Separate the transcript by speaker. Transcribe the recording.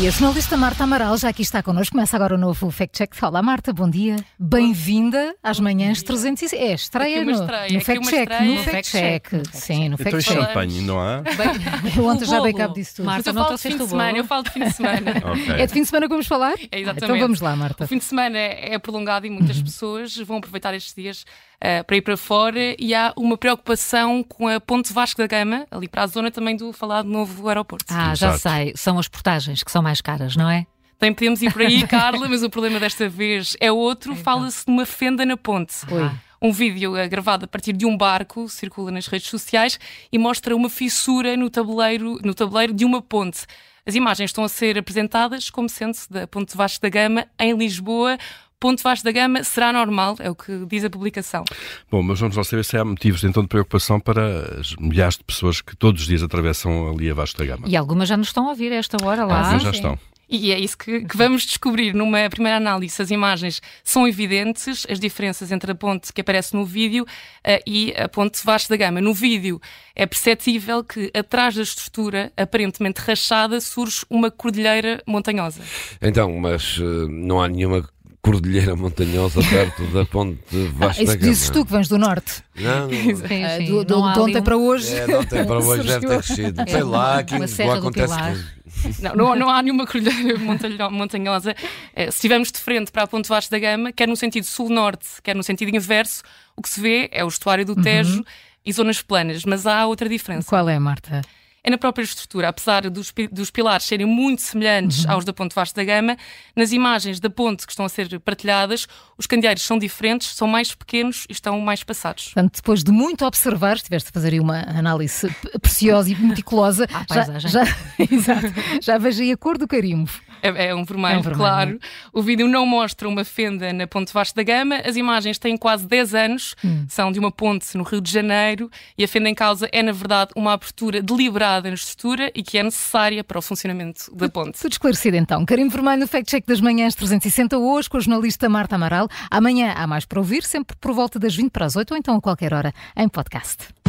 Speaker 1: E a jornalista Marta Amaral já aqui está connosco. Começa agora o novo Fact Check. Olá, Marta, bom dia. Bem-vinda às manhãs 300. e- É, estreia,
Speaker 2: Aqui uma
Speaker 1: no-
Speaker 2: estreia,
Speaker 1: no
Speaker 2: aqui
Speaker 1: Fact
Speaker 2: uma
Speaker 1: Check.
Speaker 2: estreia.
Speaker 1: No Fact Check. Sim, no
Speaker 3: Então
Speaker 1: Fact
Speaker 3: e
Speaker 1: Check.
Speaker 3: champanhe, não há?
Speaker 1: Eu ontem
Speaker 4: O
Speaker 1: já dei
Speaker 4: bolo.
Speaker 1: cabo disso tudo.
Speaker 4: Marta,
Speaker 2: Mas eu
Speaker 4: não
Speaker 2: falo de fim
Speaker 4: trouxeste o
Speaker 2: de
Speaker 4: bolo?
Speaker 2: semana, eu falo de fim de semana.
Speaker 3: Ok.
Speaker 1: É de fim de semana que vamos falar?
Speaker 2: É, exatamente.
Speaker 1: então vamos lá,
Speaker 2: O
Speaker 1: Marta.
Speaker 2: fim de semana é prolongado e muitas
Speaker 4: Uhum.
Speaker 2: pessoas vão aproveitar estes dias ah, para ir para fora e há uma preocupação com a Ponte Vasco da Gama, ali para a zona também do falado novo aeroporto.
Speaker 4: Ah, já
Speaker 3: Exato.
Speaker 4: sei. São as portagens que são mais caras, não é?
Speaker 2: Também podemos ir por aí, Carla, mas o problema desta vez é outro. Fala-se de uma fenda na ponte.
Speaker 1: Oi.
Speaker 2: Um vídeo eh, gravado a partir de um barco circula nas redes sociais e mostra uma fissura no tabuleiro, no tabuleiro de uma ponte. As imagens estão a ser apresentadas como sendo-se da Ponte Vasco da Gama em Lisboa. Ponte Vasco da Gama será normal, é o que diz a publicação.
Speaker 3: Bom, mas vamos lá saber se há motivos então de preocupação para as milhares de pessoas que todos os dias atravessam ali a Vasco da Gama.
Speaker 4: E algumas já nos estão a ouvir a esta hora lá.
Speaker 3: Ah. Algumas já estão.
Speaker 2: E é isso que, que vamos descobrir numa primeira análise. As imagens são evidentes, as diferenças entre a ponte que aparece no vídeo eh, e a ponte Vasco da Gama. No vídeo é perceptível que atrás da estrutura aparentemente rachada surge uma cordilheira montanhosa.
Speaker 5: Então, mas eh, não há nenhuma cordilheira montanhosa perto da ponte de
Speaker 1: Ah,
Speaker 5: Vasco da
Speaker 1: isso
Speaker 5: Gama.
Speaker 1: dizes tu que vens do norte.
Speaker 5: Não, não.
Speaker 4: Sim,
Speaker 1: Ah,
Speaker 4: sim.
Speaker 1: do- do-
Speaker 4: Não há
Speaker 1: de ontem
Speaker 4: ali um-
Speaker 1: para hoje.
Speaker 5: É, não tem para hoje deve
Speaker 1: Surgiu.
Speaker 5: ter crescido. Sei lá, aqui em
Speaker 4: Uma
Speaker 5: Lisboa
Speaker 4: Serra do
Speaker 5: acontece
Speaker 4: Pilar.
Speaker 5: tudo.
Speaker 2: Não, não, não há nenhuma cordilheira montanho- montanhosa. Eh, Se estivermos de frente para a Ponte Vasco da Gama, quer no sentido sul-norte, quer no sentido inverso, o que se vê é o estuário do Tejo e zonas planas. Mas há outra diferença.
Speaker 1: Qual é, Marta?
Speaker 2: é na própria estrutura. Apesar dos, pi- dos pilares serem muito
Speaker 1: Uhum.
Speaker 2: semelhantes aos da Ponte Vasco da Gama, nas imagens da ponte que estão a ser partilhadas, os candeeiros são diferentes, são mais pequenos e estão mais passados.
Speaker 1: Portanto, depois de muito observar, estiveste a fazer aí uma análise p- preciosa e meticulosa,
Speaker 4: À
Speaker 1: já,
Speaker 4: paisagem.
Speaker 1: já, exato, já vejo aí a cor do carimbo.
Speaker 2: É, é um vermelho,
Speaker 1: É um vermelho.
Speaker 2: claro. O vídeo não mostra uma fenda na Ponte Vasco da Gama. As imagens têm quase 10 anos,
Speaker 1: Hum.
Speaker 2: são de uma ponte no Rio de Janeiro e a fenda em causa é, na verdade, uma abertura deliberada na estrutura e que é necessária para o funcionamento da ponte.
Speaker 1: Tudo esclarecido então. Carimbo Vermelho no Fact Check das Manhãs 360, hoje com a jornalista Marta Amaral. Amanhã há mais para ouvir, sempre por volta das 20 para as 8 ou então a qualquer hora em podcast.